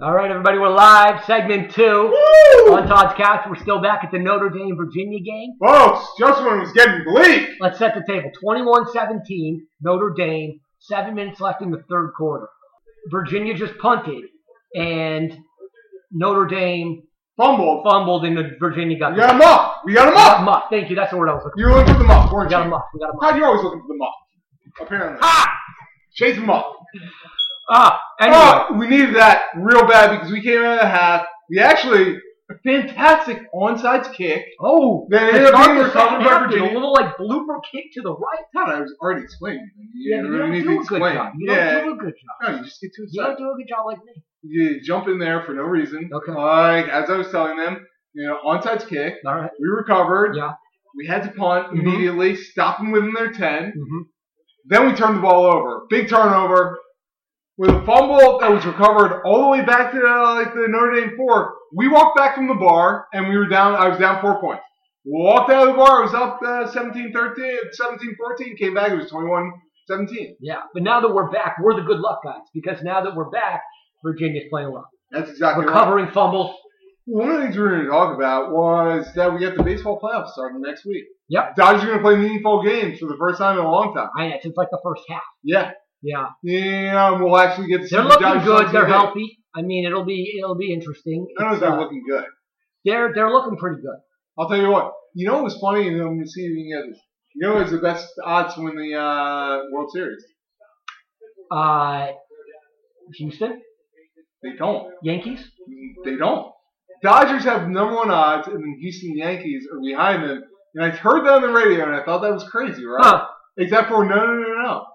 All right, everybody, we're live. Segment two Woo! on Todd's couch. We're still back at the Notre Dame Virginia game. Folks, just when it was getting bleak. Let's set the table. 21-17, Notre Dame. Seven minutes left in the third quarter. Virginia just punted, and Notre Dame Fumbled. fumbled, and the Virginia got We got him up. We got him We got up. muffed. Thank you. That's the word I was looking. You were looking for the muff, for. We weren't got a you? muff. We got a muff. Todd, you're always looking for the muff. Apparently. Ah, Chase him up. ah. Anyway, Oh, we needed that real bad because we came in at the half. We actually, a fantastic onside kick. oh, Then it the ended up start being of the second recovered by half did a Virginia. little like blooper kick to the right. Todd, I was already explaining. You Yeah, didn't you really don't need do to a good explain. job. You yeah. don't do a good job. no, you just get too You excited. don't do a good job like me. You jump in there for no reason. Okay. Like, as I was telling them, you know, onside kick. All right. We recovered. Yeah. We had to punt Mhm. immediately, stop them within their 10. Mm-hmm. Then we turned the ball over. Big turnover. With a fumble that was recovered all the way back to uh, like the Notre Dame 4. We walked back from the bar and we were down. I was down four points. Walked out of the bar. It was up uh, 17 13, 17 14. Came back. It was 21 17. Yeah, but now that we're back, we're the good luck guys because now that we're back, Virginia's playing well. That's exactly right. Recovering fumbles. One of the things we were going to talk about was that we got the baseball playoffs starting next week. Yep. Dodgers are going to play meaningful games for the first time in a long time. I know, since like the first half. Yeah. Yeah, Yeah, and we'll actually get to see they're the looking Dodgers good. on They're TV. healthy. I mean, it'll be it'll be interesting. I don't know if It's, they're uh, looking good. they're they're looking pretty good. I'll tell you what. You know what was funny, and I'm going to see if you can get this. You know what was the best odds to win the uh, World Series? Uh, Houston They don't. Yankees. They don't. Dodgers have number one odds, and then Houston Yankees are behind them. And I heard that on the radio, and I thought that was crazy, right? Huh. Except for no, no, no, no.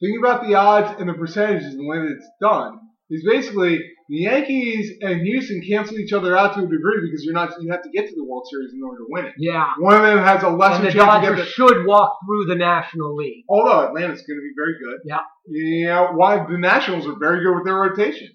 Think about the odds and the percentages and when it's done. Is basically the Yankees and Houston cancel each other out to a degree because you're not you have to get to the World Series in order to win it. Yeah. One of them has a And lesser the chance to get Dodgers the. should walk through the National League. Although Atlanta's going to be very good. Yeah. Yeah. Why the Nationals are very good with their rotation.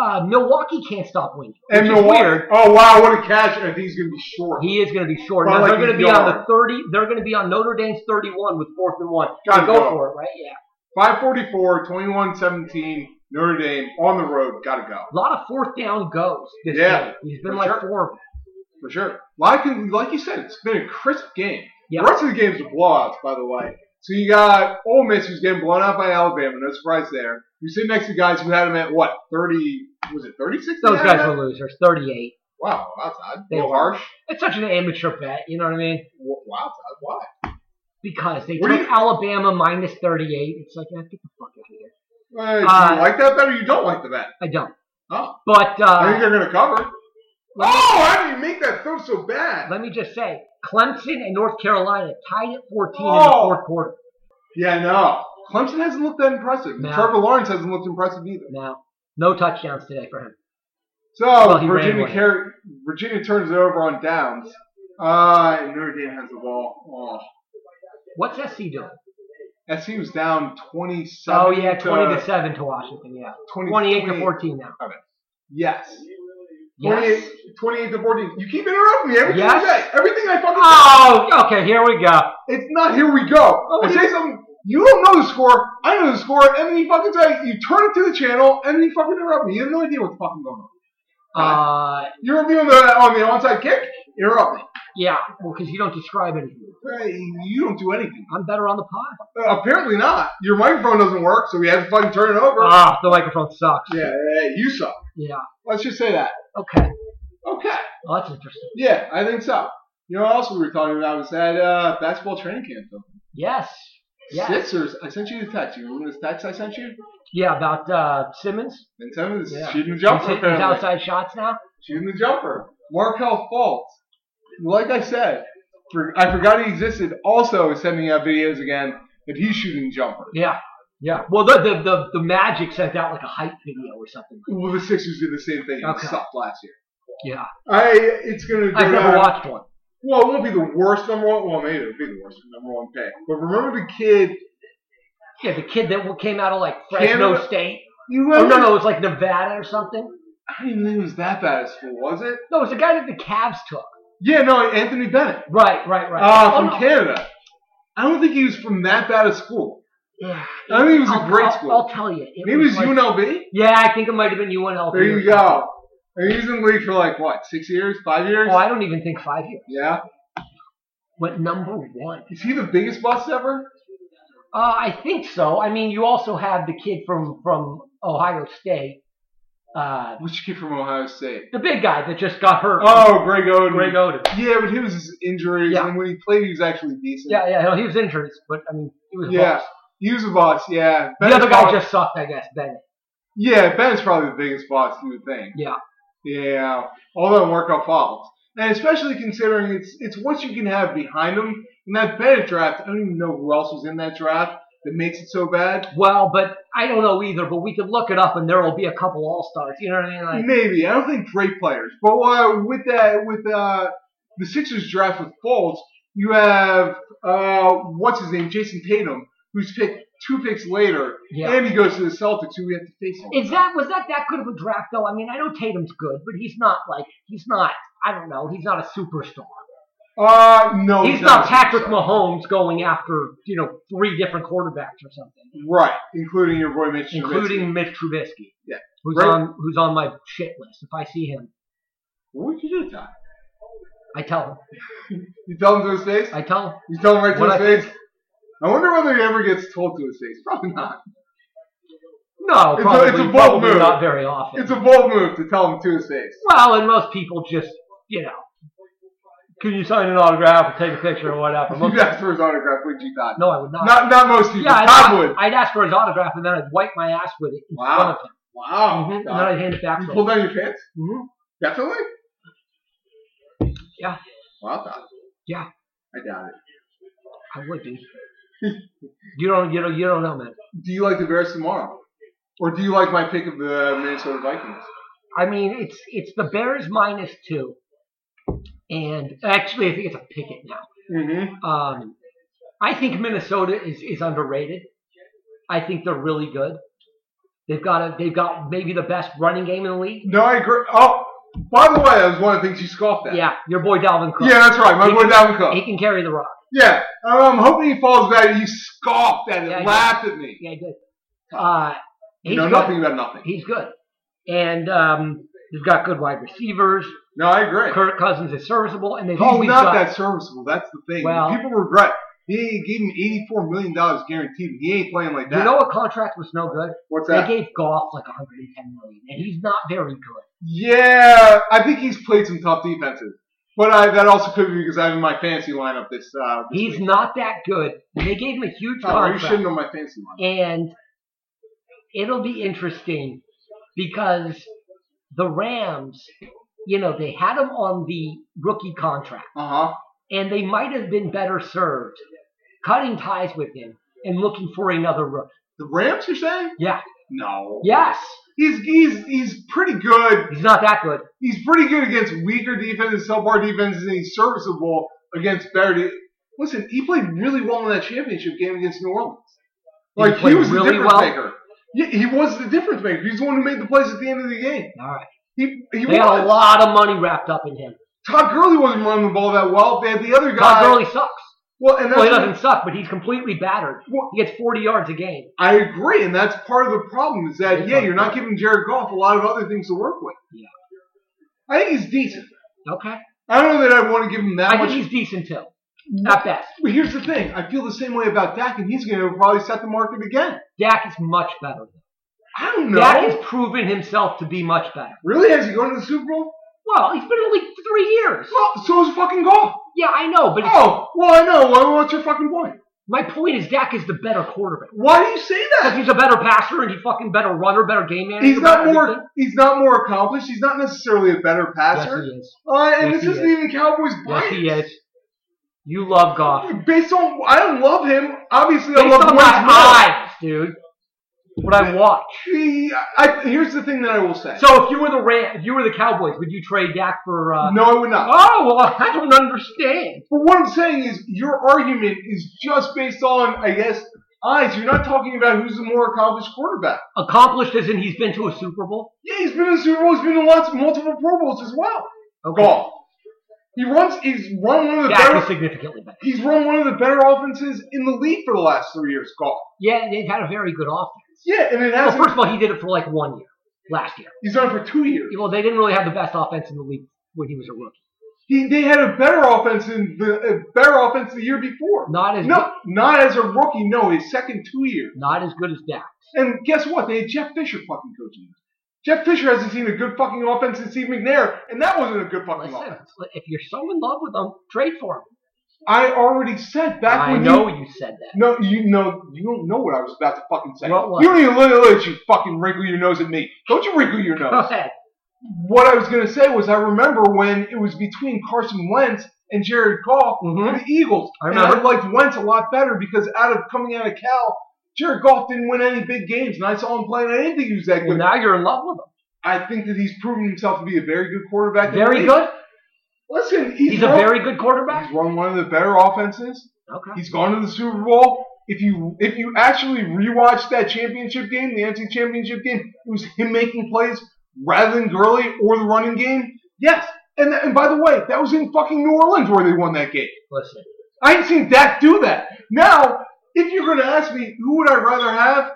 Uh, Milwaukee can't stop winning. And which is Milwaukee. weird. Oh wow, what a catch! I think he's going to be short. He is going to be short. Well, Now, like they're going to he's be on the gone. 30. They're going to be on Notre Dame's 31 with fourth and one. They Gotta go go. for it, right? Yeah. 544, 21-17, Notre Dame on the road. Got to go A lot of fourth down goes this Yeah, game. He's been for like sure. four. of them. for sure. Like like you said, it's been a crisp game. Yeah. The rest of the games are blowouts, by the way. So you got Ole Miss who's getting blown out by Alabama. No surprise there. You sit next to guys who had him at what thirty? Was it thirty six? Those guys were losers. 38. Wow, that's odd. They They were. harsh. It's such an amateur bet. You know what I mean? Wow, Todd, why? Because they Were took you- Alabama minus 38. It's like, yeah, get the fuck out of here. Uh, do Uh, you like that better? You don't like the bet. I don't. Oh. But I think uh, they're going to cover. let, me, Oh, how do you make that throw so bad? let me just say, Clemson and North Carolina tied at 14 in the Oh. fourth quarter. Yeah, no. Clemson hasn't looked that impressive. and No. Trevor Lawrence hasn't looked impressive either. Now, no touchdowns today for him. So he ran Virginia away. car- Virginia turns it over on downs. Uh, and Notre Dame has the ball. What's SC doing? Oh, SC was down twenty-seven. Oh yeah, 20 to 7 to Washington. Yeah, 20 28 to 14 now. Yes. Yes. 28, 28 to 14. You keep interrupting me every Yes. single day. Everything I fucking Oh, okay. Here we go. It's not here we go. Oh, I it say something, you don't know the score, I know the score, and then you fucking say, you turn it to the channel, and then you fucking interrupt me. You have no idea what's fucking going on. Uh, You interrupt me on the, on the onside kick, interrupt me. yeah. Well, because you don't describe anything. Hey, you don't do anything. I'm better on the pod. Uh, apparently not. Your microphone doesn't work, so we have to fucking turn it over. Ah, the microphone sucks. yeah, yeah, yeah, you suck. Yeah. Let's just say that. Okay. Okay. Well, that's interesting. Yeah, I think so. You know what else we were talking about was that uh, basketball training camp. Though. Yes. Yeah. Sixers, I sent you the text. You remember this text I sent you? Yeah. About uh, Simmons. And Tim is Yeah. shooting the jumper. He's hitting his apparently. outside shots now. shooting the jumper. Markel Fultz. Like I said, for, I forgot he existed. Also, is sending out videos again that he's shooting jumper. Yeah. Yeah. Well, the the the, the Magic sent out like a hype video or something. Well, the Sixers did the same thing. Okay. It sucked last year. Yeah. I it's gonna. Go I've never down- watched one. Well, it won't be the worst number one. Well, maybe it'll be the worst number one pick. But remember the kid. Yeah, the kid that came out of like Fresno Canada- State. You Oh remember? no, no, it was like Nevada or something. I didn't think it was that bad at school, was it? No, it was the guy that the Cavs took. Yeah, no, Anthony Bennett. Right, right, right. Uh, Oh, from no. Canada. I don't think he was from that bad of school. Yeah, I think it was a I'll- great I'll- school. I'll tell you. Maybe it was like- UNLV. Yeah, I think it might have been UNLV. There or you go. And he was in the league for like what, six years, five years? something. Oh, I don't even think five years. Yeah. Went number one. Is he the biggest bust ever? Uh, I think so. I mean, you also have the kid from from Ohio State, uh, Which kid from Ohio State? the big guy that just got hurt. Oh, Greg Oden. Greg Oden. Yeah, but he was his injuries, Yeah. and when he played, he was actually decent. Yeah, yeah. No, he was injured, but I mean, he was. a Yeah. boss. He was a boss, yeah. The Ben other is guy probably- just sucked, I guess. Bennett. Yeah, Ben is probably the biggest boss you would think. Yeah. Yeah. All that workout fouls. And especially considering it's it's what you can have behind him. In that Bennett draft, I don't even know who else was in that draft that makes it so bad. Well, but I don't know either. But we could look it up, and there will be a couple All Stars. You know what I mean? Like, Maybe. I don't think great players. But uh, with that, with uh, the Sixers draft with Fultz, you have, uh, what's his name, Jason Tatum, who's picked two picks later. yeah. And he goes to the Celtics, who we have to face him. Is that was that that good of a draft though? I mean, I know Tatum's good, but he's not like he's not. I don't know. He's not a superstar. Uh, no. He's not Patrick Mahomes going after you know three different quarterbacks or something, Right, including your boy Mitch Trubisky. including Mitch Trubisky. Yeah. Who's Right. on who's on my shit list? If I see him, What would you do, Ty? I tell him. You tell him to his face? I tell him. You tell him right to What his face? I wonder whether he ever gets told to his face. Probably not. No, It's a- probably, it's a bold probably move. not very often. It's a bold move to tell him to his face. well, and most people just you know, can you sign an autograph or take a picture or whatever? If Most, you asked for his autograph, would you not? no, I would not. Not, not most people. Uh, yeah, I'd, Todd ask- would. I'd ask for his autograph and then I'd wipe my ass with it in Wow. Oh, front of him. Mhm, Wow. And then Todd. I'd hand it back Mm-hmm. You to pulled him. down your pants? Mhm. Definitely? Yeah. Wow, Todd. Yeah. I doubt it. I would be. you don't, you don't, you don't know, man. Do you like the Bears tomorrow? Or do you like my pick of the Minnesota Vikings? I mean, it's it's the Bears minus two, and actually, I think it's a picket now. Mm-hmm. Um, I think Minnesota is is underrated. I think they're really good. They've got a, they've got maybe the best running game in the league. No, I agree. Oh, by the way, that was one of the things you scoffed at. Yeah, your boy Dalvin Cook. Yeah, that's right. My boy Dalvin Cook. He can carry the rock. Yeah, I'm hoping he falls back. You scoffed at it, Yeah, I laughed at me. Yeah, good. Uh, You he's know good. nothing about nothing. He's good, and um, they've got good wide receivers. No, I agree. Kirk Cousins is serviceable, and they've He's always not got that serviceable. That's the thing. Well- People regret. He gave him eighty-four million dollars guaranteed. and He ain't playing like that. You know what contract was no good? What's that? They gave Goff like 110 million, and he's not very good. yeah, I think he's played some tough defenses, but I, that also could be because I'm in my fantasy lineup this. Uh, this He's week. not that good. They gave him a huge Oh, you contract, shouldn't on my fantasy lineup. and it'll be interesting because the Rams, you know, they had him on the rookie contract, Uh huh. and they might have been better served cutting ties with him and looking for another rookie. The Rams, you're saying? Yeah. No. Yes, He's he's he's pretty good he's not that good. he's pretty good against weaker defenses, subpar defenses, and he's serviceable against better. De- Listen, he played really well in that championship game against New Orleans. He Like he, played was the really difference well? maker. Yeah, he was the difference maker. He's the one who made the plays at the end of the game. All right, He he they got a was. lot of money wrapped up in him. Todd Gurley wasn't running the ball that well. They had the other Todd guy. Gurley sucks. Well, and that's Well, he doesn't suck, but he's completely battered. Well- He gets 40 yards a game. I agree, and that's part of the problem is that Yeah. yeah, you're not giving Jared Goff a lot of other things to work with. Yeah. I think he's decent. Okay. I don't know that I want to give him that I much. think he's decent too. At best. But here's the thing. I feel the same way about Dak, and he's going to probably set the market again. Dak is much better. I don't know. Dak has proven himself to be much better. really? Has he gone to the Super Bowl? Well, he's been in the league for three years. Well, so is fucking golf. Yeah, I know, but it's- Oh, well, I know. Well, what's your fucking point? my point is Dak is the better quarterback. Why do you say Because that? he's a better passer and he's fucking better runner, better game manager. He's not better more. everything. He's not more accomplished. He's not necessarily a better Yes, passer. he is. Uh, Yes, and this he isn't is. even Cowboys Yes, bias. he is. You love golf. Based on, I don't love him. Obviously, I Based love on Wentz my eyes, dude. What I watch. more. He- I, here's the thing that I will say. So if you were the Ram, if you were the Cowboys, would you trade Dak for? Uh, no, I would not. Oh well, I don't understand. But what I'm saying is, your argument is just based on, I guess, eyes. You're not talking about who's the more accomplished quarterback. Accomplished as in he's been to a Super Bowl. Yeah, he's been in the Super Bowl. He's been in lots, multiple Pro Bowls as well. Okay. Golf. He runs. He's run one of the That was better. significantly better. He's run one of the better offenses in the league for the last three years. Oh, Golf. Yeah, they've had a very good offense. Yeah, and it Well, hasn't. first of all, he did it for like one year last year. he's done it for two years. Well, they didn't really have the best offense in the league when he was a rookie. He they had a better offense in the a better offense the year before. Not as No, not as a rookie. No, his second two years. not as good as that. And guess what? They had Jeff Fisher fucking coaching. them. Jeff Fisher hasn't seen a good fucking offense since Steve McNair, and that wasn't a good fucking Listen, offense. if you're so in love with him, trade for him. I already said back I when know you you said that. no, you know, you don't know what I was about to fucking say. What was? You don't even look look at you fucking wrinkle your nose at me. Don't you wrinkle your Go nose? ahead. what I was gonna say was I remember when it was between Carson Wentz and Jared Goff, Mhm. the Eagles. I and remember. I liked Wentz a lot better because out of coming out of Cal, Jared Goff didn't win any big games, and I saw him play, and I didn't think he was that Well, good. now you're in love with him. I think that he's proven himself to be a very good quarterback. in the Very league. good. Listen, he's, He's a run- very good quarterback. he's run one of the better offenses. Okay. He's gone to the Super Bowl. If you if you actually rewatch that championship game, the NFC Championship game, it was him making plays rather than Gurley or the running game. Yes, and and by the way, that was in fucking New Orleans where they won that game. Listen, I ain't seen Dak do that. Now, if you're gonna ask me who would I rather have,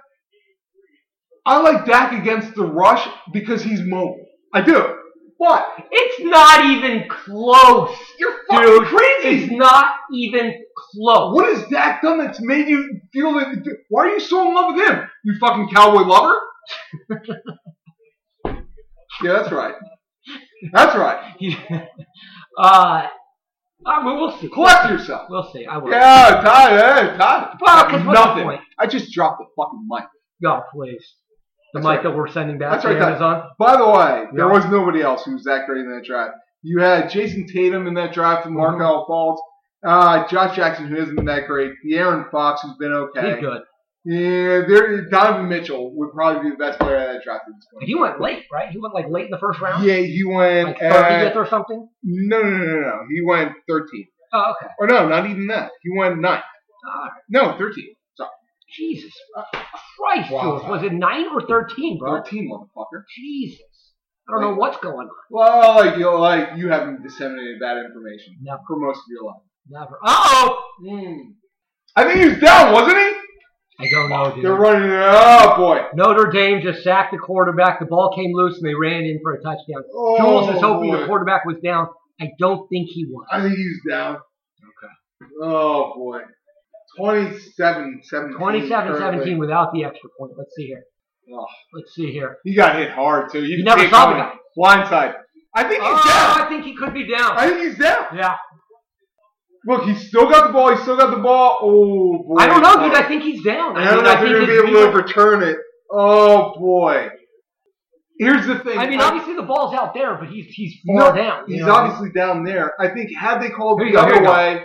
I like Dak against the rush because he's mobile. I do. But it's not even close. you're fucking Dude, crazy. it's not even close. What has Dak done that's made you feel that? Why are you so in love with him? You fucking cowboy lover? yeah, that's right. That's right. uh, uh, we- we'll see. Collect yourself. We'll see. I will. Yeah, Todd, hey, Todd. Fuck, 'cause what's the Nothing. point? I just dropped the fucking mic. Yo, please. The That's mic right. that we're sending back That's to right, that- Amazon. By the way, there Yeah. was nobody else who was that great in that drive. You had Jason Tatum in that drive from Mm-hmm. Markel Falls. Uh, Josh Jackson, who isn't that great. De'Aaron Fox, who's been okay. He's good. Yeah, there, Donovan Mitchell would probably be the best player out of that draft at this point. He went late, right? He went like late in the first round, Yeah, he went. like uh, 30th or something. no, no, no, no, no. He went 13. Oh, okay. Or no, not even that. He went 9. All right. No, 13. Sorry. Jesus Christ, Wow. Jules. was it nine or thirteen, bro? 13, motherfucker. Jesus, I don't know what's going on. Well, like you, like, you haven't disseminated that information Never, for most of your life. never. Oh, I think he was down, wasn't he? I don't know, They're dude. running it. Oh, boy. Notre Dame just sacked the quarterback. The ball came loose, and they ran in for a touchdown. Oh, Jules is hoping boy. the quarterback was down. I don't think he was. I think he was down. Okay. Oh, boy. 27 17. 27-17 without the extra point. Let's see here. Oh. Let's see here. He got hit hard, too. You, You never can't saw the comment. guy. Blindside. I think he's Oh, down. I think he could be down. I think he's down. yeah. Look, he's still got the ball. He's still got the ball. Oh boy. I don't know, dude. I think he's down. I don't mean, know I if they're think gonna be his able to defense- overturn it. Oh boy. Here's the thing. I mean, I- obviously the ball's out there, but he's he's No, far down. you he's know? obviously down there. I think had they called Here you the go, here other you go. way,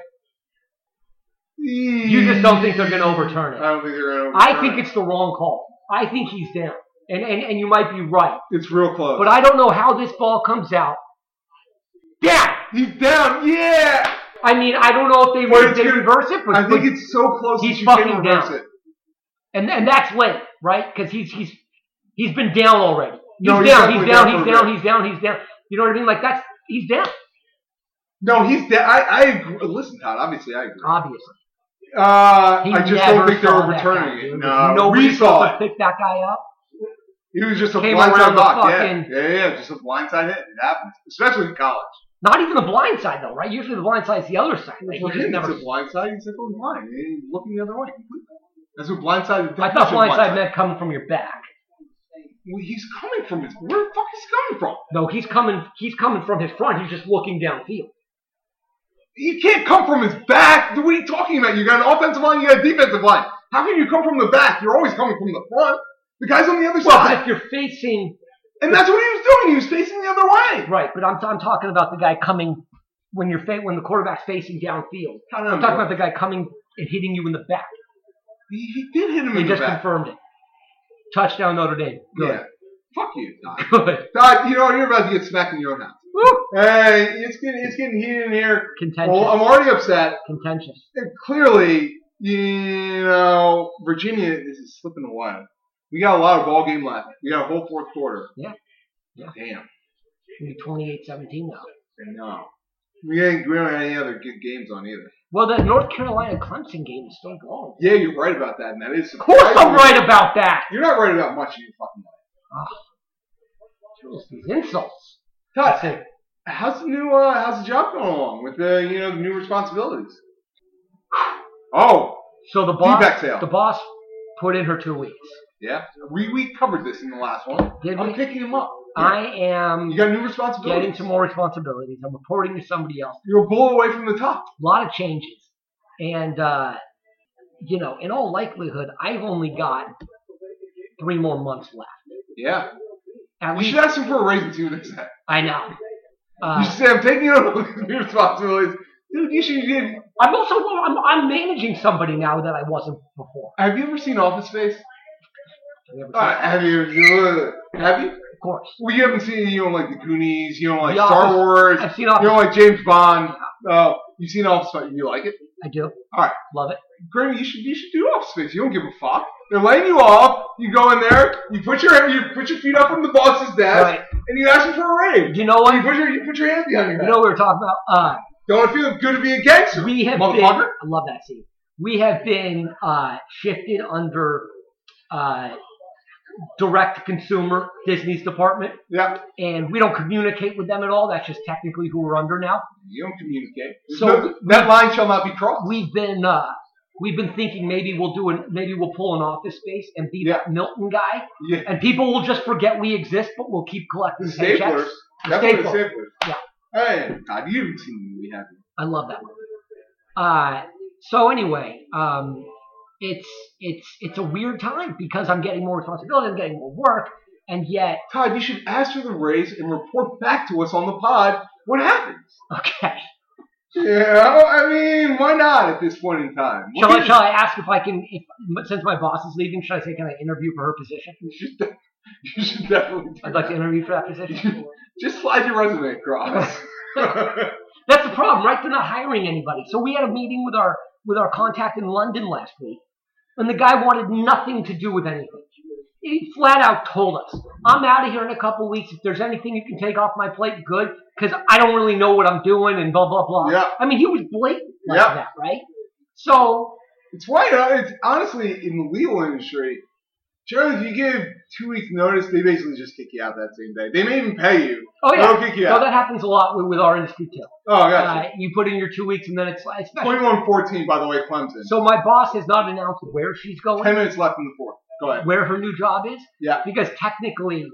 You just don't think they're going to overturn I it. don't think they're gonna. Overturn I think it. it's the wrong call. I think he's down, and and, and you might be right, it's real close. but I don't know how this ball comes out. Down. he's down. Yeah. I mean, I don't know if they Well, re- it's they gonna- reverse it, but, I think but- it's so close He's that you can fucking reverse down. it. and and that's late, right? Because he's he's he's been down already. He's No, he's down. He's down. definitely down He's for a down. bit. He's down. He's down. You know what I mean? Like that's he's down. No, he's down. I, I agree. Listen, Todd. Obviously, I agree. Obviously, Uh, He I just never don't think they're saw that guy, overturning dude. it. There's No, nobody we saw it. supposed to pick that guy up. He was just a Came blindside around the block. Yeah. fucking- yeah, yeah, just a blindside hit. It happens, especially in college. Not even the blind side though, right? Usually the blind side's the other side. Like, For you just him, never- it's a blindside. He's simply blind. He's looking the other way completely. That's what blindside. I thought blind side meant coming from your back. Well, he's coming from his. Where the fuck is he coming from? No, he's coming. He's coming from his front. He's just looking downfield. He can't come from his back. What are you talking about? You got an offensive line. You got a defensive line. How can you come from the back? You're always coming from the front. The guy's on the other Well, side, but if you're facing and that's what he was doing. He was facing the other way. right, but I'm, I'm talking about the guy coming when you're fa- when the quarterback's facing downfield. I I'm don't talking know. about the guy coming and hitting you in the back. He, he did hit him They in the just back. confirmed it. Touchdown Notre Dame. Yeah. Good. Fuck you, Todd. Good. Todd, you know you're about to get smacked in your own house. Woo. Hey, it's getting it's getting heated in here. Contentious. Well, I'm already upset. Contentious. And clearly, you know, Virginia this is slipping away. We got a lot of ball game left. We got a whole fourth quarter. Yeah. Yeah. Damn. 28-17 now. I know. uh, We ain't we don't have any other good games on either. Well, that North Carolina Clemson game is still going. Yeah, you're right about that, and that is. Of course, I'm right about that. You're not right about much in your fucking life. Just these insults. Todd, how's the new uh, how's the job going along with the you know the new responsibilities? Oh So the Feedback boss, sale. the boss, put in her two weeks. yeah, we we covered this in the last one. Did I'm we? picking him up. I am You got new getting responsibilities. some more responsibilities. I'm reporting to somebody else. You're a blow away from the top. A lot of changes, and uh, you know, in all likelihood, I've only got three more months left. Yeah, At you least should ask him for a raise and see what they say. I know. You Uh, should say I'm taking over these new responsibilities, dude. You should. Get, I'm also I'm, I'm managing somebody now that I wasn't before. have you ever seen Office Space? Have you ever seen- Uh, have you? Have you? of course, Well, you haven't seen you don't like the Goonies, you don't like The Star Office. Wars, I've seen you all. don't like James Bond. Uh, you've seen Office Space. You like it, I do. Alright. love it. Grammy? You should you should do Office Space. You don't give a fuck. They're laying you off. You go in there. You put your you put your feet up on the boss's desk, Right. and you ask him for a raise. You know You what? put your you put your hands behind your You back. know what we were talking about. Don't it feel good to be a Uh, gangster, we have been. motherfucker? I love that scene. We have been uh, shifted under uh, direct consumer Disney's department, Yeah. and we don't communicate with them at all. That's just technically who we're under now. You don't communicate. So- No, that line shall not be crossed. We've been. Uh, We've been thinking maybe we'll do an maybe we'll pull an office space and be that Milton guy, Yeah. and people will just forget we exist, but we'll keep collecting paychecks. Staplers. Definitely the staplers. Yeah. Hey, Todd, you haven't seen the movie, have you? I love that one. Uh, so anyway, um, it's it's it's a weird time because I'm getting more responsibility, I'm getting more work, and yet Todd, you should ask for the raise and report back to us on the pod what happens. okay. Yeah, I mean, why not at this point in time? Shall I, We're shall I ask if I can if since my boss is leaving, should I say can I interview for her position? You should, de- you should definitely do I'd like to that. interview for that position. Just slide your resume across. That's the problem, right? They're not hiring anybody. So we had a meeting with our with our contact in London last week, and the guy wanted nothing to do with anything. He flat out told us, "I'm out of here in a couple weeks. If there's anything you can take off my plate, good, because I don't really know what I'm doing." And blah blah blah. Yeah. I mean, he was blatant like Yeah. that, right? So it's why not. It's honestly in the legal industry. Generally, if you give two weeks notice, they basically just kick you out that same day. They may even pay you. oh They'll yeah, kick you no, out. that happens a lot with, with our industry too. oh, gotcha. Uh, you put in your two weeks, and then it's it's special. Twenty-one fourteen, by the way, Clemson. So my boss has not announced where she's going. Ten minutes left in the fourth. Go ahead. where her new job is. Yeah. Because technically,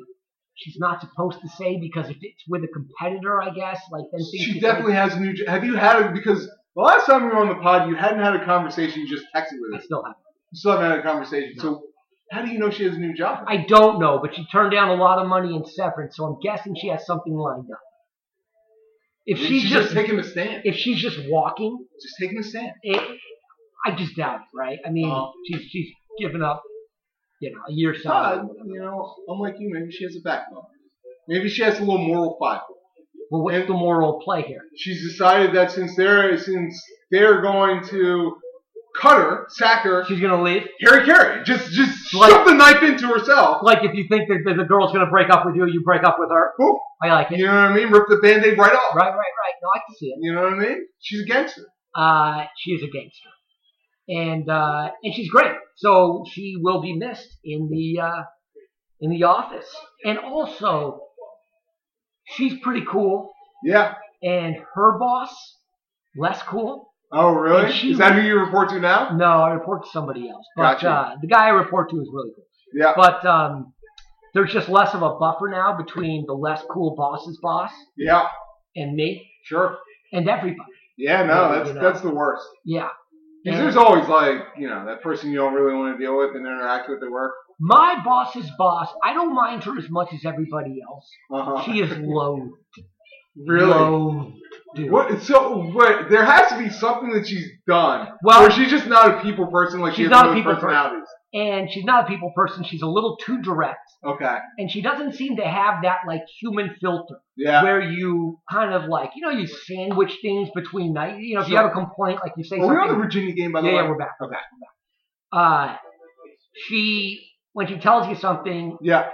she's not supposed to say because if it's with a competitor, I guess, like then things She get- definitely has a new. j- Have you had a because the last time we were on the pod, you hadn't had a conversation. You just texted with I us. still have. You still haven't had a conversation. So how do you know she has a new job? I don't know, but she turned down a lot of money in severance, so I'm guessing she has something lined up. If she's, just, taking a stand. if she's just walking, Just taking a stand. it, I just doubt it, right? I mean, Uh-huh. she's she's given up, you know, a year salary. Todd, you know, unlike you, maybe she has a backbone. Maybe she has a little moral fiber. Well, what's the moral play here? She's decided that since they're since they're going to cut her, sack her, She's gonna leave. Harry Carey, just just Like- shove the knife into herself. Like if you think that the- the girl's gonna break up with you, you break up with her. Cool. I like it. You know what I mean? Rip the band-aid right off. Right, right, right. No, I can see it. You know what I mean? She's a gangster. uh, she is a gangster, and uh, and she's great. So she will be missed in the uh, in the office, and also she's pretty cool, Yeah. and her boss less cool. Oh, really? And she- Is that who you report to now? No, I report to somebody else, but Gotcha. uh, the guy I report to is really cool. Yeah. But um, there's just less of a buffer now between the less cool boss's boss Yeah. and me Sure. and everybody. Yeah. Yeah, No, that's you know. that's the worst. Yeah. 'Cause And- there's always like you know that person you don't really want to deal with and interact with at work. My boss's boss, I don't mind her as much as everybody else. Uh huh. She is low. Really. Low, dude. What? So what? There has to be something that she's done. Well- or she's just not a people person. Like she She's has not a no people person. personalities. And she's not a people person. She's a little too direct. Okay. And she doesn't seem to have that like human filter Yeah. where you kind of like, you know, you sandwich things between night. You know, if you Sure. have a complaint, like you say Well, we're on the something. Virginia game, by the yeah, yeah, way. we're back. We're Okay. back. We're back. Uh, she, when she tells you something, Yeah.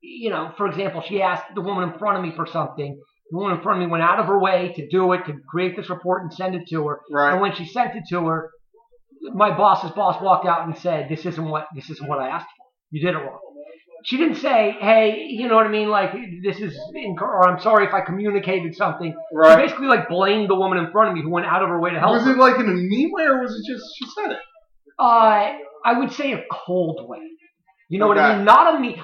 you know, for example, she asked the woman in front of me for something, The woman in front of me went out of her way to do it, to create this report and send it to her. And Right. when she sent it to her, my boss's boss walked out and said, "This isn't what this isn't what I asked for. You did it wrong." She didn't say, "Hey, you know what I mean? Like this is inc- or I'm sorry if I communicated something." She Right. basically like blamed the woman in front of me who went out of her way to help. Was her. it like in a mean way or was it just she said it? Uh, I would say a cold way. You know what I Okay. mean? Not a me.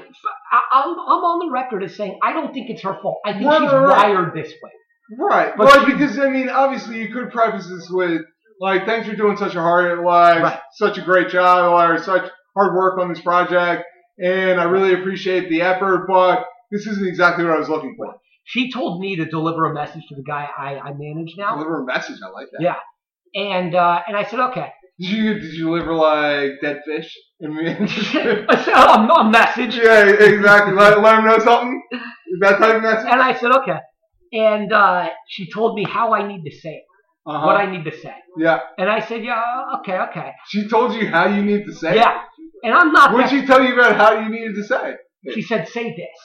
I, I'm, I'm on the record as saying I don't think it's her fault. I think Right, she's right, right. wired this way. Right. But right, she- because I mean, obviously, you could preface this with like, "Thanks for doing such a hard life, Right. such a great job, or such hard work on this project, and I really appreciate the effort, but this isn't exactly what I was looking for." She told me to deliver a message to the guy I, I manage now, Deliver a message. I like that. Yeah. and uh, and I said okay. Did you did you deliver like dead fish? I mean, I said a, a message, yeah, exactly. Let, let him know something. Is that type of message? and I said okay. And uh, she told me how I need to say it, Uh-huh. what I need to say, yeah. and I said yeah uh, okay okay She told you how you need to say. yeah. And I'm not. What that- did she tell you about how you needed to say? she said say this,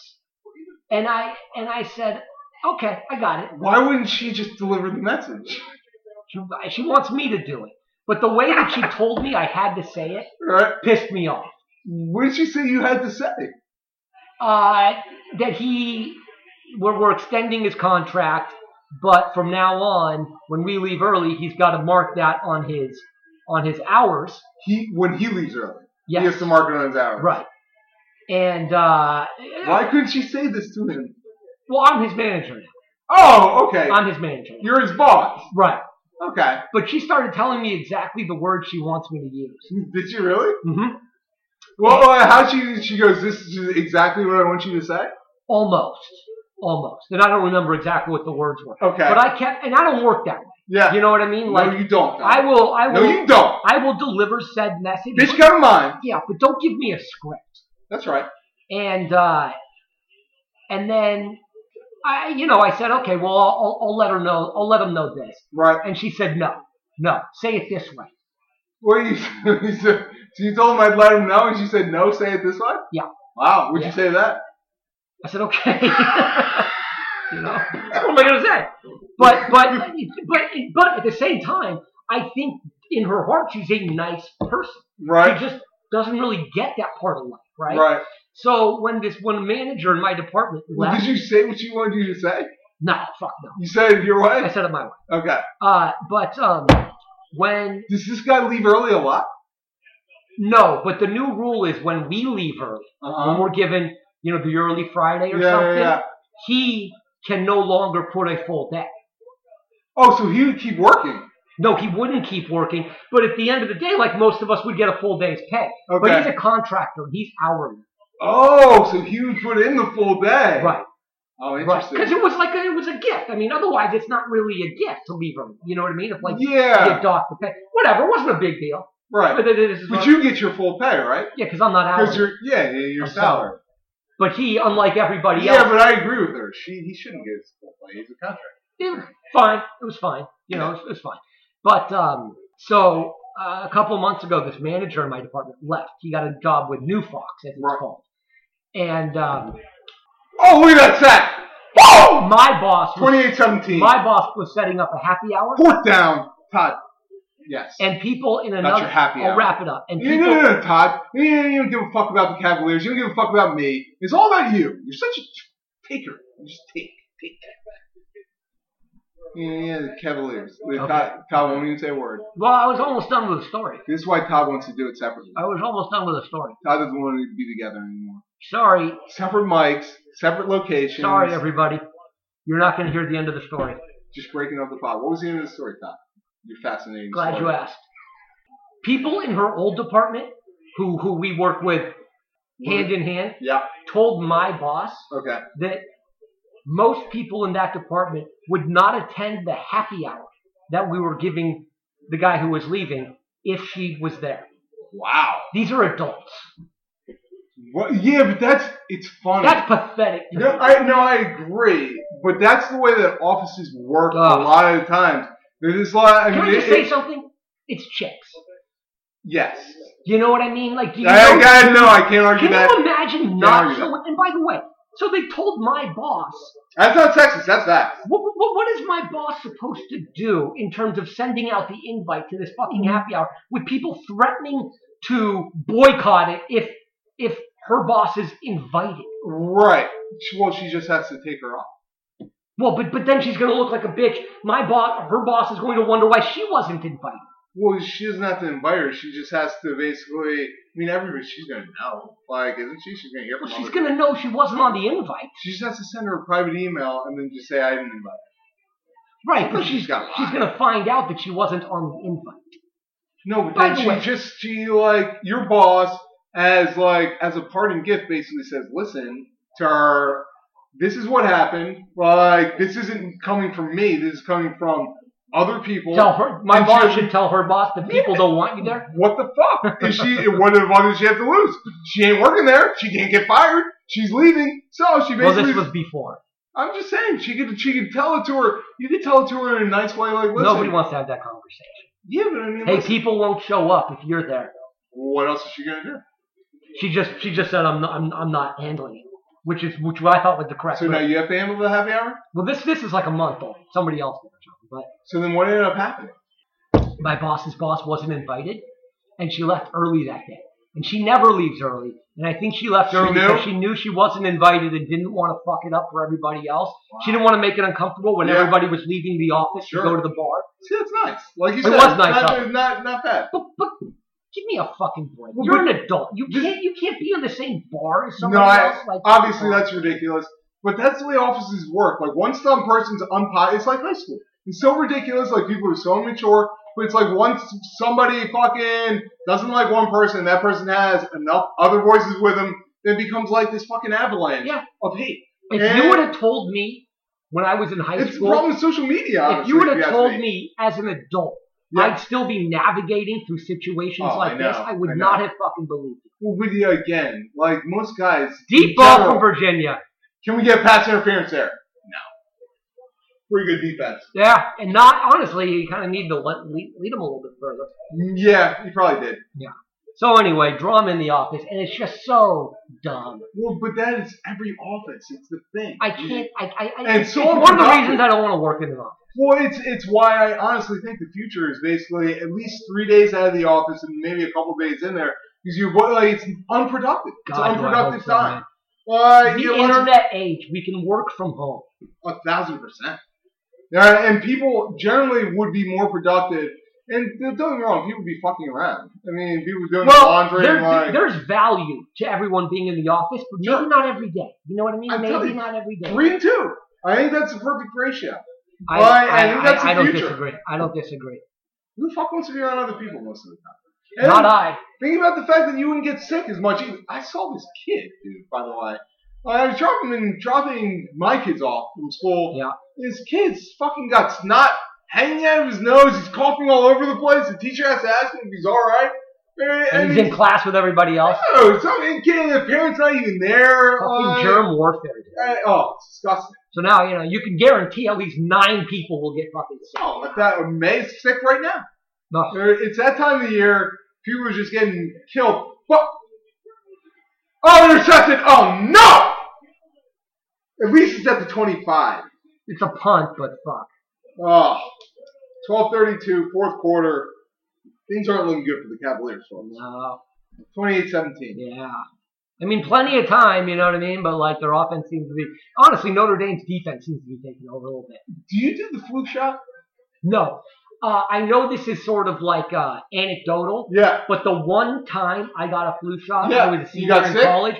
and I and I said okay I got it. Why wouldn't she just deliver the message? She, she wants me to do it. But the way that she told me I had to say it Right? pissed me off. What did she say you had to say? Uh, that he, we're, we're extending his contract, but from now on, when we leave early, he's got to mark that on his on his hours. He when he leaves early, Yes, he has to mark it on his hour. right. And uh, Why couldn't she say this to him? well, I'm his manager now. Oh, okay. I'm his manager, now. You're his boss. right? Okay. But she started telling me exactly the words she wants me to use. Did she really? hmm Well, uh, how she she goes? This is exactly what I want you to say. Almost, almost. And I don't remember exactly what the words were. Okay. But I kept, and I don't work that way. yeah. You know what I mean? Like no, you don't. I will, I no, will, you don't. I will deliver said message. Bitch, come on. yeah, but don't give me a script. That's right. And uh, and then I, you know, I said, okay, well, I'll, I'll let her know. I'll let them know this. Right. And she said, no, no, say it this way. What you, you said? So you told him I'd let him know, and she said no. Say it this way. Yeah. Wow. Would Yeah. you say that? I said, okay. you know, what am I gonna say? But but but but at the same time, I think in her heart she's a nice person. Right. She just doesn't really get that part of life, right? Right. So when this one manager in my department Well, left, did you say what you wanted you to say? no, fuck no. You said it your I way. said it my way. Okay. Uh, but um, when Does this guy leave early a lot? no, but the new rule is when we leave early, Uh-huh. when we're given you know the early Friday Yeah, or yeah, something, yeah. he can no longer put a full day. Oh, so he would keep working. No, he wouldn't keep working, but at the end of the day, like most of us, would get a full day's pay. But Okay. he's a contractor; and he's hourly, oh, so he would put in the full day. right? Oh, Right? interesting. Because it was like a, it was a gift. I mean, otherwise, it's not really a gift to leave early. You know what I mean? If like you yeah. get docked the pay, whatever, it wasn't a big deal. Right. But, it is- But you get your full pay, right? yeah, because I'm not Because hourly. you're yeah, yeah your I'm salary. But he, unlike everybody Yeah, else, but I agree with her. She he shouldn't get his full pay. He's a contractor. it was fine. It was fine. You know, it was, it was fine. But um, so uh, a couple of months ago, this manager in my department left. He got a job with New Fox, as it's Right. called. And um, Oh, look at that sack! Whoa! my boss, was, Twenty-eight seventeen. my boss was setting up a happy hour, Fourth down, Todd. Yes. and people in That's another. your happy I'll hour. wrap it up. And You no, people, no, no, Todd. You, you, you don't give a fuck about the Cavaliers. You don't give a fuck about me. It's all about you. You're such a taker. You just take, take. Yeah, yeah, the Cavaliers. The Okay. Todd, Todd won't even say a word. well, I was almost done with the story. This is why Todd wants to do it separately. I was almost done with the story. Todd doesn't want to be together anymore. Sorry, Separate mics, separate locations. sorry, everybody. You're not going to hear the end of the story. Just breaking up the pod. What was the end of the story, Todd? You're fascinating. Glad story. you asked. People in her old department, who who we work with hand in hand, Yeah. told my boss Okay. that most people in that department would not attend the happy hour that we were giving the guy who was leaving if she was there. Wow. These are adults. What? Yeah, but that's it's funny. That's pathetic. to No, me. I no, I agree, but that's the way that offices work Ugh. a lot of the times. There's this lot. I Can mean, I just it- say it- something? It's chicks. yes. You know what I mean? Like, do you I, know- I, no, I can't argue Can that. you imagine not argue that. showing? And by the way, So they told my boss, That's not sexist. That's facts. what, what, what is my boss supposed to do in terms of sending out the invite to this fucking Mm-hmm. happy hour with people threatening to boycott it if if her boss is invited? Right. She- Well, she just has to take her off. Well, but but then she's gonna look like a bitch. My boss, her boss is going to wonder why she wasn't invited. Well, she doesn't have to invite her. She just has to basically. I mean, everybody. She's gonna know. Like, isn't she? She's gonna hear from. Well, she's other- gonna know she wasn't on the invite, She just has to send her a private email and then just say I didn't invite. right? But She's she's gotta she's lie. gonna find out that she wasn't on the invite. Her. No, but By then the she way- just she like your boss as like as a parting gift basically says, listen to her. This is what happened. Like, this isn't coming from me. This is coming from other people. Tell her, my And boss she- should tell her boss that people don't want you there. What the fuck? Is she? What, what does she have to lose? She ain't working there. She can't get fired. She's leaving. So she Well, basically. this was before. I'm just saying she could. She could tell it to her. You could tell it to her in a nice way, like listen. Nobody wants to have that conversation. Yeah, but I mean, Hey, listen, people won't show up if you're there. what else is she gonna do? She just she just said I'm not I'm, I'm not handling it, which is which I thought was the correct. So now move. you have to handle the happy hour. well, this this is like a month old. Somebody else did or something, So then what ended up happening? but my boss's boss wasn't invited, and she left early that day. And she never leaves early. And I think she left She early knew? because she knew she wasn't invited and didn't want to fuck it up for everybody else. She didn't want to make it uncomfortable when Yeah. everybody was leaving the office Sure. to go to the bar. See, that's nice. Like you It said, was nice, huh? Not, not not bad. But, but give me a fucking break. Well, You're but- an adult. You Just- can't you can't be in the same bar as No, somebody I, else. Like obviously that's ridiculous. But that's the way offices work. Like one some person's unpop, it's like high school. It's so ridiculous. Like people are so immature. But it's like once somebody fucking doesn't like one person, that person has enough other voices with them, then it becomes like this fucking avalanche Yeah. of hate. If Eh? you would have told me when I was in high It's the school, problem with social media. if honestly, you would if have ask told me. me as an adult, Yeah. I'd still be navigating through situations Oh, like I this, know, I would I know. not have fucking believed it. Well, with you again, like most guys, Deep in ball general- from Virginia. Can we get past interference there? No. Pretty good defense. Yeah, and not honestly, you kind of need to let, lead, lead them a little bit further. Yeah, he probably did. So anyway, draw them in the office, and it's just so dumb. Well, but that is every office. It's the thing. I can't. I. I, I And it's so one of the unproductive. reasons I don't want to work in an office. Well, it's it's why I honestly think the future is basically at least three days out of the office and maybe a couple days in there because you avoid- like it's unproductive. God, do I it's unproductive hope so, time. man. Why the you know, it's- internet age, we can work from home. A thousand percent. Yeah, and people generally would be more productive. And don't get me wrong, people would be fucking around. I mean, people doing Well, laundry there, and like. there's value to everyone being in the office, but maybe Sure. not every day. You know what I mean? I'm telling maybe you, not every day. Three and two. I think that's the perfect ratio. I, Why, I think that's the I don't future. disagree. I don't disagree. Who the fuck wants to be around other people most of the time? And Not I. Think about the fact that you wouldn't get sick as much. either. I saw this kid, dude. By the way, Uh, I was dropping and dropping my kids off from school. Yeah. His kid's fucking got snot hanging out of his nose. He's coughing all over the place. The teacher has to ask him if he's all right. And, And and he's in he's, class with everybody else. no, some and kid, the parents not even there. Fucking like, germ warfare. dude. I- oh, it's disgusting. So now you know you can guarantee at least nine people will get fucking sick. Oh, but that May's sick right now. No. Or It's that time of the year. People are just getting killed. What? Oh, intercepted. Oh, no! At least it's at the 25. It's a punt, but fuck. Oh, 1232, fourth quarter. Things aren't looking good for the Cavaliers. folks. No. 28-17. Yeah. I mean, plenty of time. You know what I mean? But like their offense seems to be honestly Notre Dame's defense seems to be taking over a little bit. Do you do the fluke shot? No. Uh, I know this is sort of like uh, anecdotal, Yeah. but the one time I got a flu shot, Yeah, I was a you senior got in sick? college.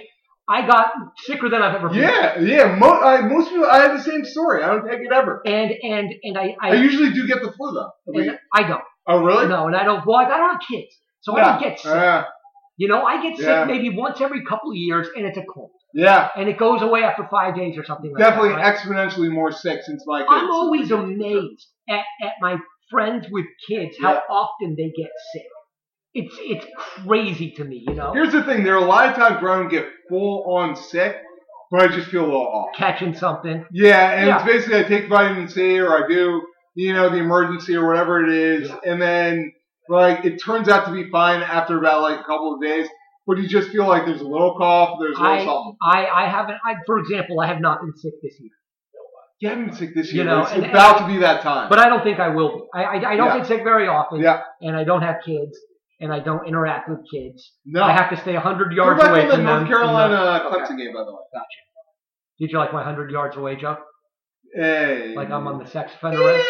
I got sicker than I've ever been. Yeah, yeah. Mo- I, most people, I have the same story. I don't take it ever. And and and I I, I usually do get the flu, though. I mean- and I don't oh, really? no, and I don't. Well, I don't have kids, so I don't get sick. Yeah. you know, I get sick Yeah. maybe once every couple of years, and it's a cold, yeah. and it goes away after five days or something. Like Definitely That, right? exponentially more sick since my kids. I'm always amazed at, at my friends with kids how Yeah. often they get sick. It's it's crazy to me, you know. Here's the thing: there are a lot of times where I don't get full on sick, but I just feel a little off. Catching something. Yeah, and Yeah. it's basically I take vitamin C or I do, you know, the emergency or whatever it is, and then like it turns out to be fine after about like a couple of days. Or do you just feel like there's a little cough, there's a little I- something? I, I haven't, I, for example, I have not been sick this year. You haven't been sick this You year. know, it's and- about to be that time. But I don't think I will be. I, I, I don't Yeah. get sick very often. Yeah. And I don't have kids. And I don't interact with kids. no. I have to stay 100 Go yards back away to the from them. North Carolina Okay. Clemson game, by the way. Did you like my 100 yards away joke? Hey. Like I'm on the sex Eh, offender list?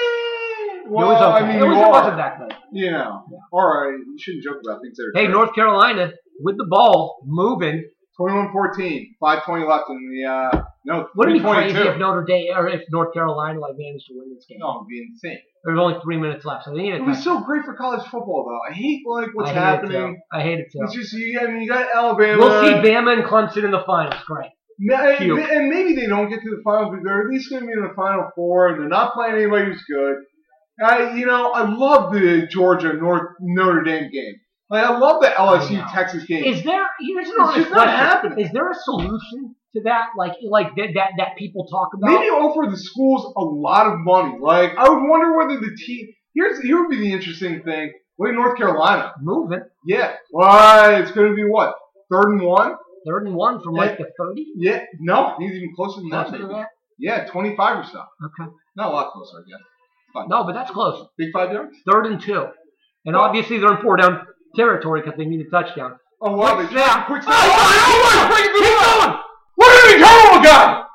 Well, it was okay. I mean, it, was, you it are. wasn't that good. You know. All right. You shouldn't joke about things that are Hey, North Carolina with the ball moving. 21-14. 5.20 left in the, uh, no, Wouldn't it be 3:22. crazy if Notre Dame or if North Carolina like managed to win this game? No, it would be insane. There's only three minutes left, so they need a It was touchdown. so great for college football, though. I hate, like, what's I hate happening. It too. I hate it too. It's just, you, I mean, you got Alabama. We'll see Bama and Clemson in the finals. Great. Ma- Cute. and, and maybe they don't get to the final, but they're at least going to be in the final four, and they're not playing anybody who's good. I, you know, I love the Georgia North Notre Dame game. Like, I love the LSU Texas game. Is there? Here's an It's honest just not question. happening. Is there a solution to that? Like, like that that, that people talk about? Maybe offer the schools a lot of money. Like, I would wonder whether the team. Here's here would be the interesting thing. Look at North Carolina. Moving Yeah, why? It's going to be what third and one. third and one from like the thirty. Yeah, no, he's even closer than that. Closer to maybe. that? Yeah, twenty-five or so. Okay. Not a lot closer, I guess. No, but that's close. Big five yards. Third and two, and obviously they're in four down territory because they need a touchdown. Oh wow! Quick they- snap. Quick Oh, snap! Keep going. Look at the terrible guy!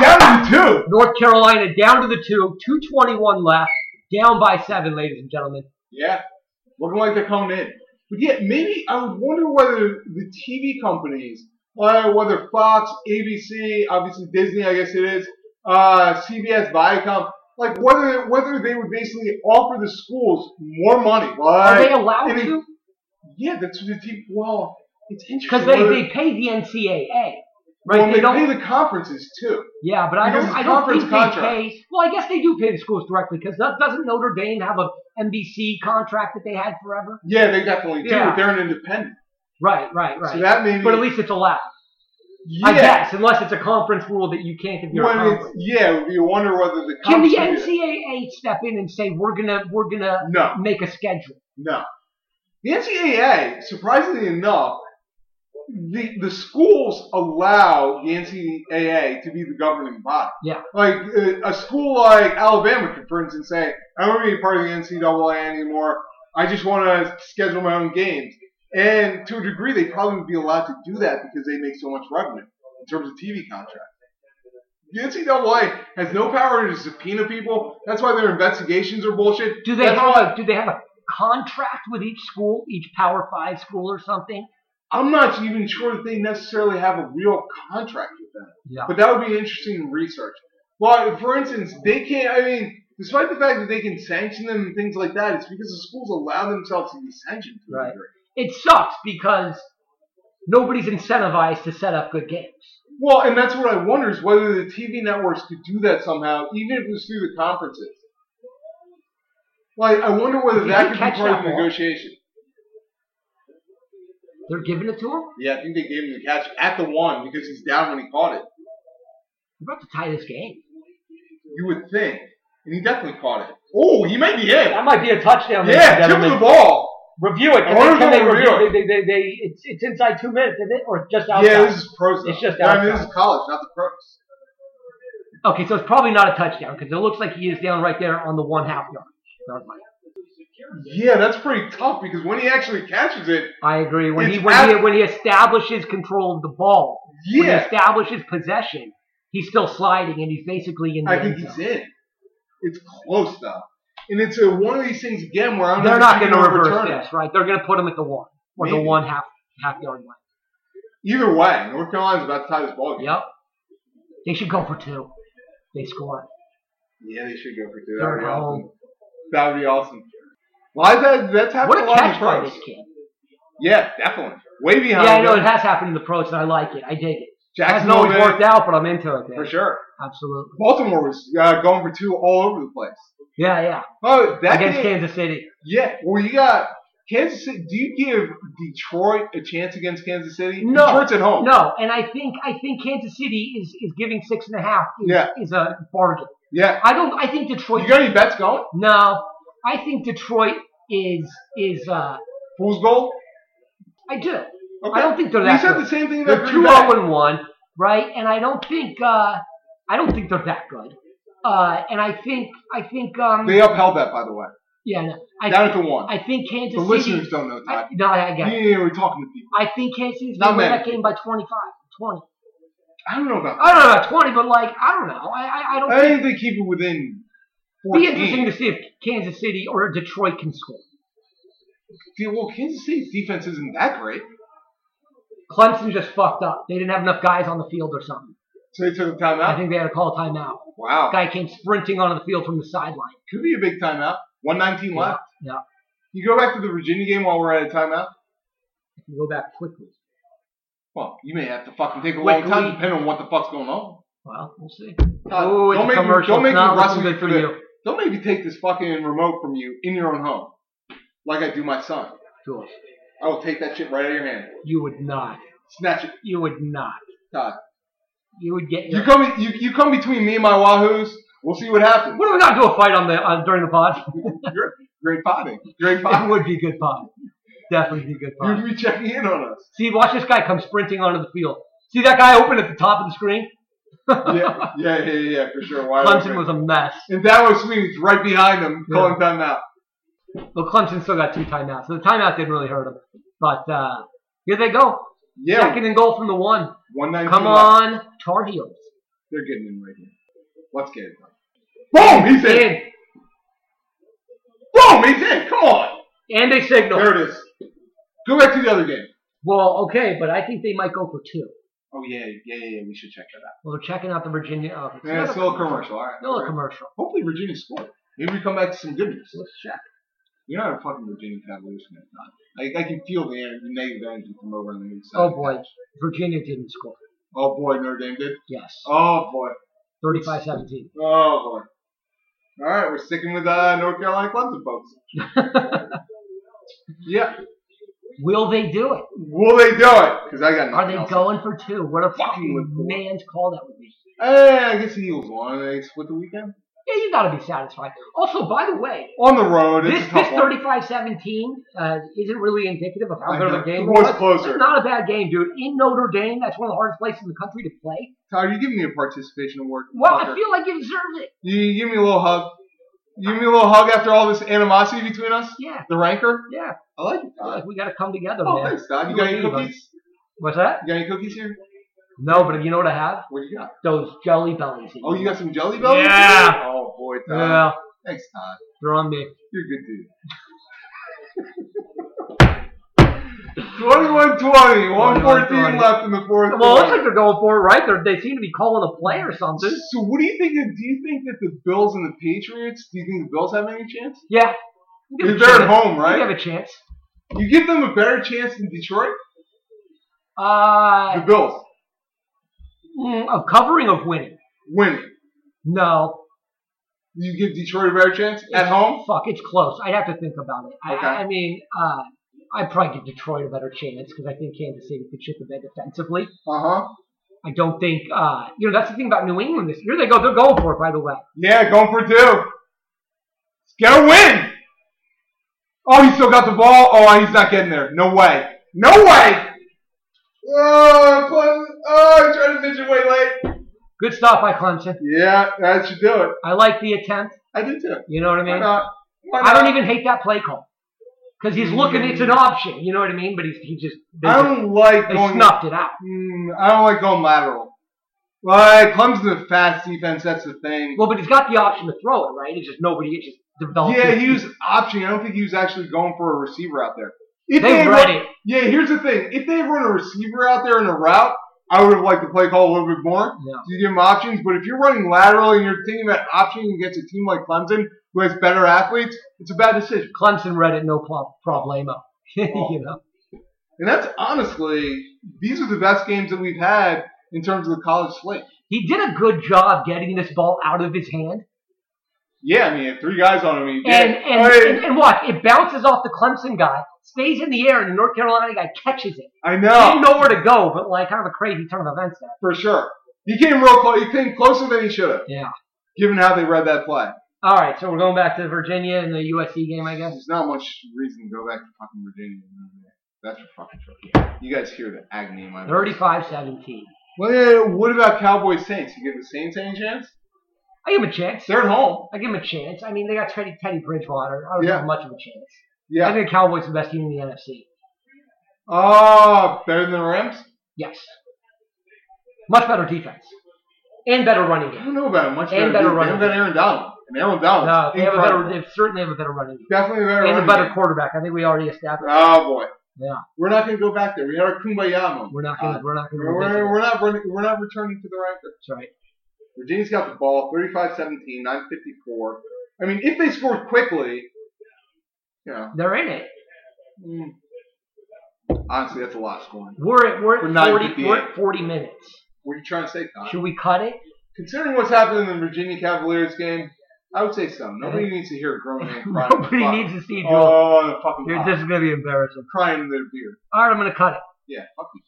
Down to two. North Carolina down to the two, two twenty-one left, down by seven, ladies and gentlemen. Yeah, looking like they're coming in. But yeah, maybe I would wonder whether the TV companies, uh, whether Fox, ABC, obviously Disney, I guess it is, uh, CBS, Viacom, like whether whether they would basically offer the schools more money. Are Like, they allowed I mean, to? yeah, that's what the TV. Well, it's interesting Because they, whether- they pay the NCAA, right? well, and they they don't. pay the conferences too. yeah, but I because don't. it's I don't conference think contract. they pay. Well, I guess they do pay the schools directly because that doesn't Notre Dame have a NBC contract that they had forever? Yeah, they definitely do. Yeah. They're an independent, Right, right, right. so that maybe. but at least it's allowed. yeah, I guess, unless it's a conference rule that you can't if you're a When it's, conference. yeah, you wonder whether the Can the conference- NCAA step in and say we're gonna we're gonna No, make a schedule? no. The NCAA, surprisingly enough, the the schools allow the NCAA to be the governing body. Yeah. Like uh, a school like Alabama could, for instance, say, "I don't want to be a part of the NCAA anymore. I just want to schedule my own games." And to a degree, they probably would be allowed to do that because they make so much revenue in terms of TV contracts. The NCAA has no power to subpoena people. That's why their investigations are bullshit. Do they That's have why- a, do they have a contract with each school, each Power Five school or something? I'm not even sure that they necessarily have a real contract with them, Yeah. but that would be interesting research. Well, for instance, they can't. I mean, despite the fact that they can sanction them and things like that, it's because the schools allow themselves to be sanctioned. to a Right. degree. It sucks because nobody's incentivized to set up good games. Well, and that's what I wonder is whether the TV networks could do that somehow, even if it was through the conferences. Like, I wonder whether Did that you could be catch part that of the ball? negotiation. They're giving it to him. Yeah, I think they gave him the catch at the one because he's down when he caught it. We're about to tie this game. You would think, and he definitely caught it. Oh, he might be in. That might be a touchdown. ladies and Yeah, give him the gentlemen. ball. Review it. I And wonder then if can they'll they review review- they- they- they- it's, it's inside two minutes, isn't it? Or just outside? Yeah, this is pros. It's though. just I mean, this outside. is college, not the pros. Okay, so it's probably not a touchdown because it looks like he is down right there on the one half yard. yard line. Yeah, that's pretty tough because when he actually catches it, I agree. When he It's when ab- he when he establishes control of the ball, when he yeah, establishes possession, he's still sliding and he's basically in the I think end zone. he's in. It's close though, and it's a, one of these things again where I'm They're not going to reverse overturn it. this, right? They're going to put him at the one or the Maybe. one half half yard line. Either way, North Carolina's about to tie this ball game. Yep. They should go for two. They score. Yeah, they should go for two. That They're would be at awesome. home. That would be awesome. Why is that? That's What happened a a lot in catch the by pros. this kid! Yeah, definitely. Way Yeah, behind. I know them. it has happened in the pros, and I like it. I dig it. It hasn't Jacksonville always did it, worked out, but I'm into it. for Man. sure. Absolutely. Baltimore was uh, going for two all over the place. Yeah, yeah. Oh, that Against game- Kansas City. Yeah, well, you got Kansas City. Do you give Detroit a chance against Kansas City? No. Detroit's at home. No, and I think I think Kansas City is, is giving six and a half is, Yeah. is a bargain. Yeah. I don't. I think Detroit. You got any bets going? no, I think Detroit is is. Uh, Fool's gold? I do. I don't think they're We that. said good. the same thing about They're two Green Bay. zero and one, right? And I don't think uh, I don't think they're that good. Uh, and I think I think um, They upheld that, by the way. yeah, no, I Down think, at the one. I think Kansas the City. listeners don't know I, that. no, I I Yeah, get it. yeah, we're talking to people. I think Kansas City's Not gonna win many. that game by 25, 20. I don't know about I don't know about 20, but like I don't know. I I, I don't. that. I think they keep it within It'd be 14. interesting to see if Kansas City or Detroit can score. Dude, well, Kansas State's defense isn't that great. Clemson just fucked up. They didn't have enough guys on the field or something. So they took a I timeout. think they had to call a timeout. Wow. Guy came sprinting onto the field from the sideline. Could be a big timeout. 119 left. Yeah. You go back to the Virginia game while we're at a timeout? If you go back quickly. Well, you may have to fucking take a Wait, long time we- depending on what the fuck's going on. Well, we'll see. God, oh, it's Uh, don't a make me- commercial. don't make It's me not wrestle looking you good for for you. Don't make me take this fucking remote from you in your own home. Like I do my son. Jules, I will take that shit right out of your hand. you would not. Snatch it. You would not. God. You would get. You come you, you come between me and my Wahoos, we'll see what happens. what are we gonna do a fight on the on, during the pod? Great potting. Great it potting. would be good pod. Definitely be good pod. You'd be checking in on us. See, watch this guy come sprinting onto the field. See that guy open at the top of the screen? Yeah, yeah, yeah, yeah, for sure. Wide Clemson open. was a mess. And Dabo Sweeney's right behind him, Yeah. calling timeout. Well, Clemson still got two timeouts, so the timeout didn't really hurt him. But uh, here they go. Yeah, Second and goal from the one. 119. Come left. on, Tar Heels. They're getting in right here. Let's get it done. Boom! He's in. In. Boom! He's in. Come on. And they signal. There it is. Go back to the other game. Well, okay, but I think they might go for two. Oh yeah, yeah, yeah. yeah, We should check that out. Well, they're checking out the Virginia offense. Yeah, it's still a commercial. All right. Still a commercial. Hopefully Virginia scored. Maybe we come back to some good news. Let's check. You're not a fucking Virginia Cavaliers fan. Todd. I, I can feel the, en- the negative energy from over on the other side. Oh boy, Virginia didn't score. Oh boy, Notre Dame did. Yes, Oh boy. 35-17. Oh boy. All right, we're sticking with uh, North Carolina Clemson folks. yeah. Will they do it? Will they do it? Because I got nothing Are they else. going for two? What a Fucking fucking with four. man's call that would be. Eh, I guess the Eagles won. They split the weekend. Yeah, you got to be satisfied. Also, by the way, On the road, it's this a this tough one. 35-17 uh, isn't really indicative of I how good know. of a game It was It's closer. not a bad game, dude. In Notre Dame, that's one of the hardest places in the country to play. Todd, you give me a participation award. Well, fucker. I feel like you deserved it. you, you give me a little hug. You give me a little hug after all this animosity between us. Yeah, The rancor. yeah. I like it, I feel Todd. like we got to come together, Oh, man. thanks, Todd. You You got any look evil. cookies? What's that? You got any cookies here? No, but you know what I have? What do you got? Those jelly bellies. that Oh, you got some jelly bellies? Yeah. Oh boy, Todd. Yeah, Thanks, Todd. they're on me. You're a good dude. 21 20, 114 21-20. left in the fourth Well, it looks quarter. like they're going for it, right? They're, they seem to be calling a play or something. So, what do you think? That, do you think that the Bills and the Patriots? Do you think the Bills have any chance? Yeah. You They're at home, You right? have a chance. You give them a better chance than Detroit. The Uh, Bills mm, of covering of winning. winning. No. You give Detroit a better chance at home. Fuck, it's close. I'd have to think about it. I, Okay. I mean, uh, I'd probably give Detroit a better chance because I think Kansas City could shit the bed defensively. Uh huh. I don't think, uh, you know, that's the thing about New England this year. They go, they're going for it, by the way. Yeah, going for two. Get a win. Oh, he still got the ball. Oh, he's not getting there. No way. No way. Oh, Clemson. Oh, he tried to pitch it way late. Good stuff by Clemson. Yeah, that should do it. I like the attempt. I did too. You know what I Why mean? not? Why I not? don't even hate that play call because he's looking. It's an option. You know what I mean? But he's he just they, I don't like they going. snuffed it out. Hmm, I don't like going lateral. Like Clemson's a fast defense. That's the thing. Well, but he's got the option to throw it, right? It's just nobody. It just developed. yeah, it. he was optioning. I don't think he was actually going for a receiver out there. If They had read run- it. Yeah, here's the thing. If they had run a receiver out there in a route, I would have liked the play call a little bit more. Yeah. You give him options, but if you're running lateral and you're thinking about optioning against a team like Clemson, who has better athletes, it's a bad decision. Clemson read it, no pro- problemo. you know, And that's honestly, these are the best games that we've had in terms of the college slate. he did a good job getting this ball out of his hand, Yeah, I mean, if three guys on him, he did. and it. and, I mean, and and watch it bounces off the Clemson guy, stays in the air, and the North Carolina guy catches it. I Didn't know know where to go, but like kind of a crazy turn of events there. for sure. He came real close. He came closer than he should have, Yeah. given how they read that play. All right, so we're going back to Virginia and the USC game, I guess. There's not much reason to go back to fucking Virginia. That's for fucking sure. You guys hear the agony in my voice. 35 17. Well, yeah, what about Cowboys Saints? You give the Saints any chance? I give him a chance. They're at home. I give him a chance. I mean, they got Teddy, Teddy Bridgewater. I don't Yeah. give him much of a chance. I Yeah. think the Cowboys are the best team in the NFC. Ah, better than the Rams? Yes. Much better defense. And better running I game. don't know about him much And better. better they running haven't got Aaron Donald. And Aaron Donald. No, Uh, they have a better, they certainly have a better running game. Definitely a better And a running better game. quarterback. I think we already established. Oh boy. Yeah. We're not going to go back there. We had our kumbaya moment. We're not gonna. Uh, we're not gonna. We're, revisit we're, it. we're not running, we're not returning to the ranker. That's right. Virginia's got the ball, 35-17, 9:54. I mean, if they scored quickly, you know, They're in it. mm, honestly, that's a lot of scoring. We're at, we're We're at not 40, beating we're it. at 40 minutes. What are you trying to say, Todd? Should we cut it? Considering what's happened in the Virginia Cavaliers game, I would say so. Nobody needs to hear a grown man crying. Nobody Fuck. needs to see Joel. Oh, the fucking Dude, pot. this is going to be embarrassing. crying in their beer. All right, I'm going to cut it. Yeah, fuck you.